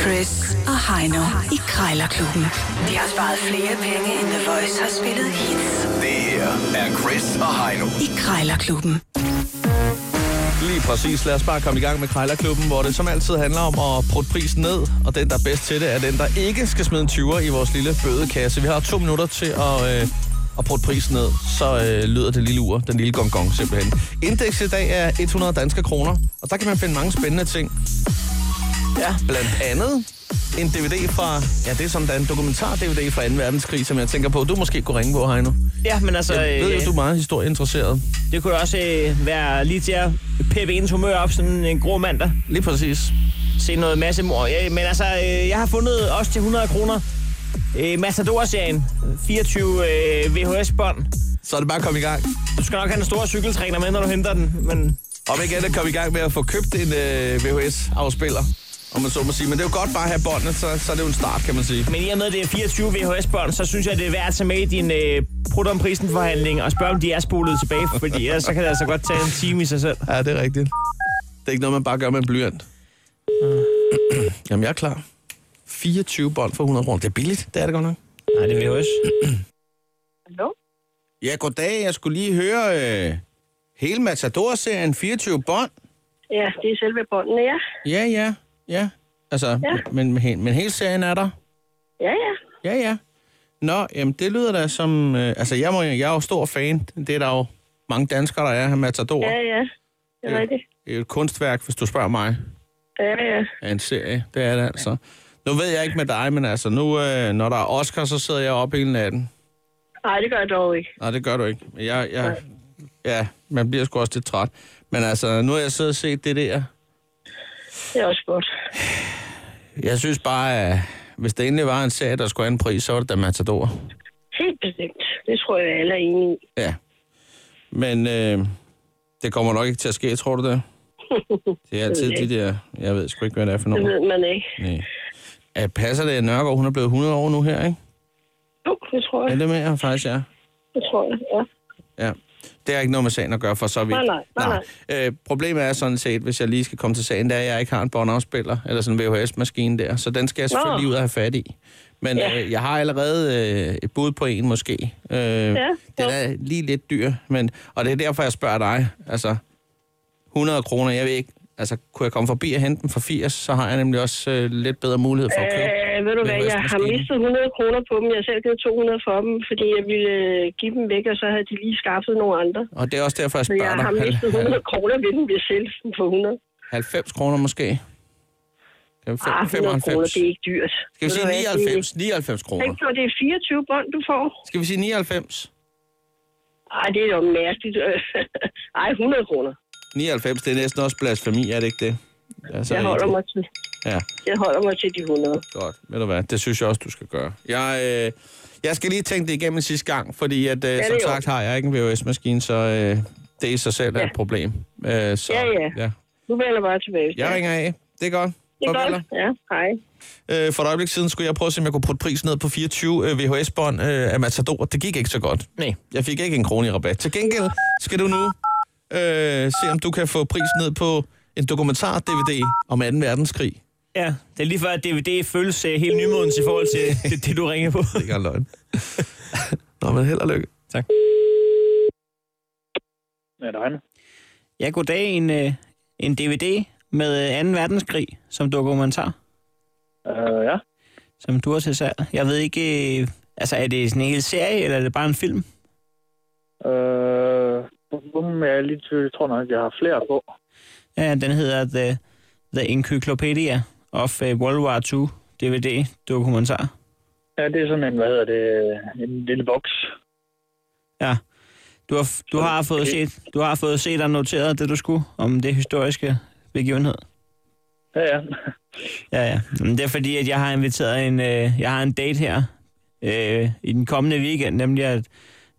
Chris og Heino i Krejlerklubben. De har sparet flere penge, end The Voice har spillet hits Det her er Chris og Heino. i Krejlerklubben. Lige præcis. Lad os bare komme i gang med Krejlerklubben, hvor det som altid handler om at prutte prisen ned, og den, der er bedst til det, er den, der ikke skal smide en 20'er i vores lille bødekasse. Vi har to minutter til at, øh, at prutte prisen ned, så øh, lyder det lille ur, den lille gong-gong simpelthen. Indeks i dag er 100 danske kroner, og der kan man finde mange spændende ting. Ja, blandt andet en DVD fra, ja, det er som en dokumentar-DVD fra 2. verdenskrig, som jeg tænker på, du måske kunne ringe på, Heino. Ja, men altså, Jeg ved jo, øh, du er meget historieinteresseret. det kunne også øh, være lige til at peppe ens humør op sådan en grå mandag. Lige præcis. Se noget masse mor. Ja, men altså, øh, jeg har fundet også til 100 kroner. Øh, Matador-serien. 24 øh, VHS-bånd. Så er det bare at komme i gang. Du skal nok have en stor cykeltræner med, når du henter den. Men Om ikke andet kom i gang med at få købt en øh, VHS-afspiller, om man så må sige. Men det er jo godt bare at have båndet, så, så er det jo en start, kan man sige. Men i og med, at det er 24 VHS-bånd, så synes jeg, det er værd at tage med i din øh, prut om prisen forhandling og spørge, om de er spolet tilbage, fordi ellers så kan det altså godt tage en time i sig selv. Ja, det er rigtigt. Det er ikke noget, man bare gør med en blyant. Jamen, jeg er klar. 24 bånd for 100 kroner. Det er billigt, det er det godt nok. Nej, det er VHS. Hallo? Ja, goddag. Jeg skulle lige høre øh, hele Matador-serien 24 bånd. Ja, det er selve båndene, ja. Ja, ja, ja. Altså, ja. Men, men, men hele serien er der. Ja, ja. Ja, ja. Nå, jamen det lyder da som... Øh, altså, jeg, må, jeg er jo stor fan. Det er der jo mange danskere, der er her Matador. Ja, ja. Det er Ja. rigtigt. Det er jo et kunstværk, hvis du spørger mig, Ja, ja. af en serie. Det er det altså. Nu ved jeg ikke med dig, men altså, nu, øh, når der er Oscar, så sidder jeg op hele natten. Nej, det gør jeg dog ikke. Nej, det gør du ikke. Men Jeg, jeg, ja, man bliver sgu også lidt træt. Men altså, nu har jeg siddet og set det der. Det er også godt. Jeg synes bare, at hvis det endelig var en serie, der skulle have en pris, så var det da Matador. Helt bestemt. Det tror jeg, alle er enige i. Ja. Men øh, det kommer nok ikke til at ske, tror du det? Det er altid ved de jeg der... Jeg ved sgu ikke, hvad det er for Det nogen. ved man ikke. Nej. Ja, passer det, at Nørgaard, hun er blevet 100 år nu her, ikke? Jo, det tror Er jeg. det med her, faktisk, ja? Det tror jeg, ja. Ja. Det har ikke noget med sagen at gøre, for så vidt. Nej, nej, nej, Øh, problemet er sådan set, hvis jeg lige skal komme til sagen, det er, at jeg ikke har en båndafspiller, eller sådan en VHS-maskine der, så den skal jeg selvfølgelig lige ud og have fat i. Men ja. Ja. øh, jeg har allerede øh, et bud på en måske. Øh, ja, den jo. er lige lidt dyr, men, og det er derfor, jeg spørger dig. Altså, 100 kroner, jeg ved ikke, altså, kunne jeg komme forbi og hente den for 80, så har jeg nemlig også øh, lidt bedre mulighed for at købe. Øh, ved du hvad, jeg har VHS-maskinen. mistet 100 kroner på dem. Jeg har selv givet 200 for dem, fordi jeg ville øh, give dem væk, og så havde de lige skaffet nogle andre. Og det er også derfor, jeg Så jeg spørger har dig. mistet Hal- hal- 100 kroner ved dem ved selv for 100. 90 kroner måske. Kan vi fem- Ah, 100 kroner, 95? det er ikke dyrt. Skal vi sige 99? 99 kroner. Tænk på, det er 24 bånd, du får. Skal vi sige 99? Ej, det er jo mærkeligt. Ej, 100 kroner. 99, det er næsten også blasfemi, er det ikke det? Altså, Jeg holder mig til. Ja, Jeg holder mig til de 100. godt. Ved du hvad, det synes jeg også, du skal gøre. Jeg, øh, jeg skal lige tænke det igennem en sidste gang, fordi at, øh, det er som i sagt har jeg ikke en VHS-maskine, så øh, det i sig selv er et problem. Øh, så, Ja, ja. ja. Nu vender jeg bare tilbage. Jeg ringer af. Det er godt. Det er Farveler. godt. Ja, hej. Øh, for et øjeblik siden skulle jeg prøve at se, om jeg kunne putte prisen ned på 24 øh, VHS-bånd øh, af Matador. Det gik ikke så godt. Nej. Jeg fik ikke en krone i rabat. Til gengæld skal du nu øh, se, om du kan få prisen ned på en dokumentar-DVD om 2. verdenskrig. Ja, det er lige før, at DVD føles øh, helt nymodens i forhold til det, det du ringer på. Det er ikke engang løgn. Nå, men held og lykke. Tak. Ja, det er Heino. Ja, goddag. En, øh, en DVD med øh, 2. verdenskrig som dokumentar, Øh, ja. som du har til salg. Jeg ved ikke, øh, altså er det sådan en hel serie, eller er det bare en film? Øh, bum, jeg er lige i tvivl. Jeg tror nok, jeg har flere på. Ja, den hedder The, The Encyclopedia of øh, World War II DVD dokumentar. Ja, det er sådan en, hvad hedder det, en lille boks. Ja. Du har, f- du har fået set, du har fået set og noteret det, du skulle om det historiske begivenhed. Ja, ja. Ja, ja. Men det er fordi, at jeg har inviteret en, øh, jeg har en date her øh, i den kommende weekend, nemlig at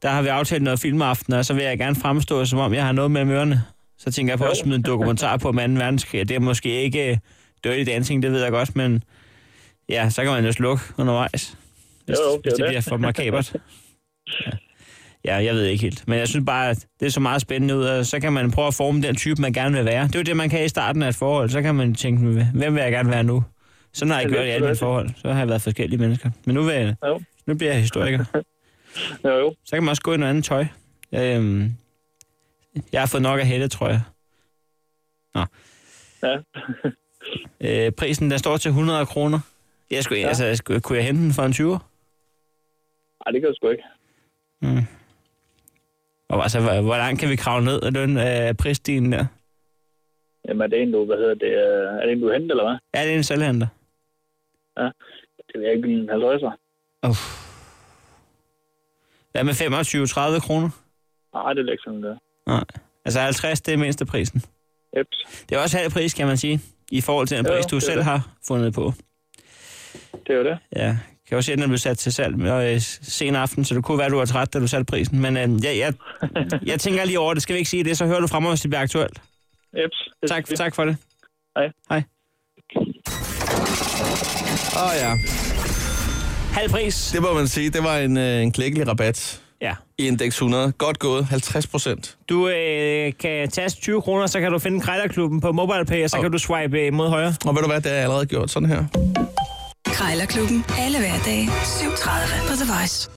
der har vi aftalt noget filmaften, og så vil jeg gerne fremstå, som om jeg har noget med mørene. Så tænker jeg på at smide en dokumentar på om 2. verdenskrig. Det er måske ikke øh, Dirty Dancing, det ved jeg godt, men ja, så kan man jo slukke undervejs. Hvis, Jo, jo, det er hvis det det. bliver for makabert. Ja. ja, jeg ved ikke helt. Men jeg synes bare, at det er så meget spændende ud, og så kan man prøve at forme den type, man gerne vil være. Det er jo det, man kan i starten af et forhold. Så kan man tænke, hvem vil jeg gerne være nu? Sådan har jeg ikke Det er gjort i lidt alle mine rigtigt. forhold. Så har jeg været forskellige mennesker. Men nu, vil jeg, Jo. nu bliver jeg historiker. Jo, jo. Så kan man også gå i noget andet tøj. Øhm, jeg har fået nok af hætte, tror jeg. Nå. Ja. øh, prisen, der står til 100 kroner. Jeg skulle, ja. Ja. altså, jeg skulle, kunne jeg hente den for en 20'er? Ej, det gør jeg sgu ikke. Mm. Og altså, hvor, hvor langt kan vi krave ned af den øh, prisstigen der? Jamen, er det en, du, hvad hedder det, øh, er det en, du henter, eller hvad? Er det en selvhandler? Det er ikke en 50'er. Uff. Hvad med 25-30 kroner? Nej, det er ikke sådan, øh, der. Altså 50, det er mindste prisen. Eps. Det er også halv pris, kan man sige, i forhold til den Jo, pris, du det er selv det. har fundet på. Det er jo det. Ja, kan jo se, at den blev sat til salg og, øh, sen aften, så det kunne være, at du var træt, da du satte prisen. Men øh, jeg, jeg, jeg tænker lige over det. Skal vi ikke sige det, så hører du fra mig, hvis det bliver aktuelt. Eps. Det Tak, tak for det. Hej. Hej. Åh oh, ja. Halv pris. Det må man sige, det var en, øh, en klækkelig rabat Ja. i Index 100. Godt gået, 50 procent. Du øh, kan taste 20 kroner, så kan du finde Krejlerklubben på MobilePay, og så Og- oh. kan du swipe øh, mod højre. Og ved du hvad, det har jeg allerede gjort sådan her. Krejlerklubben. Alle hverdage. 7.30 på The Voice.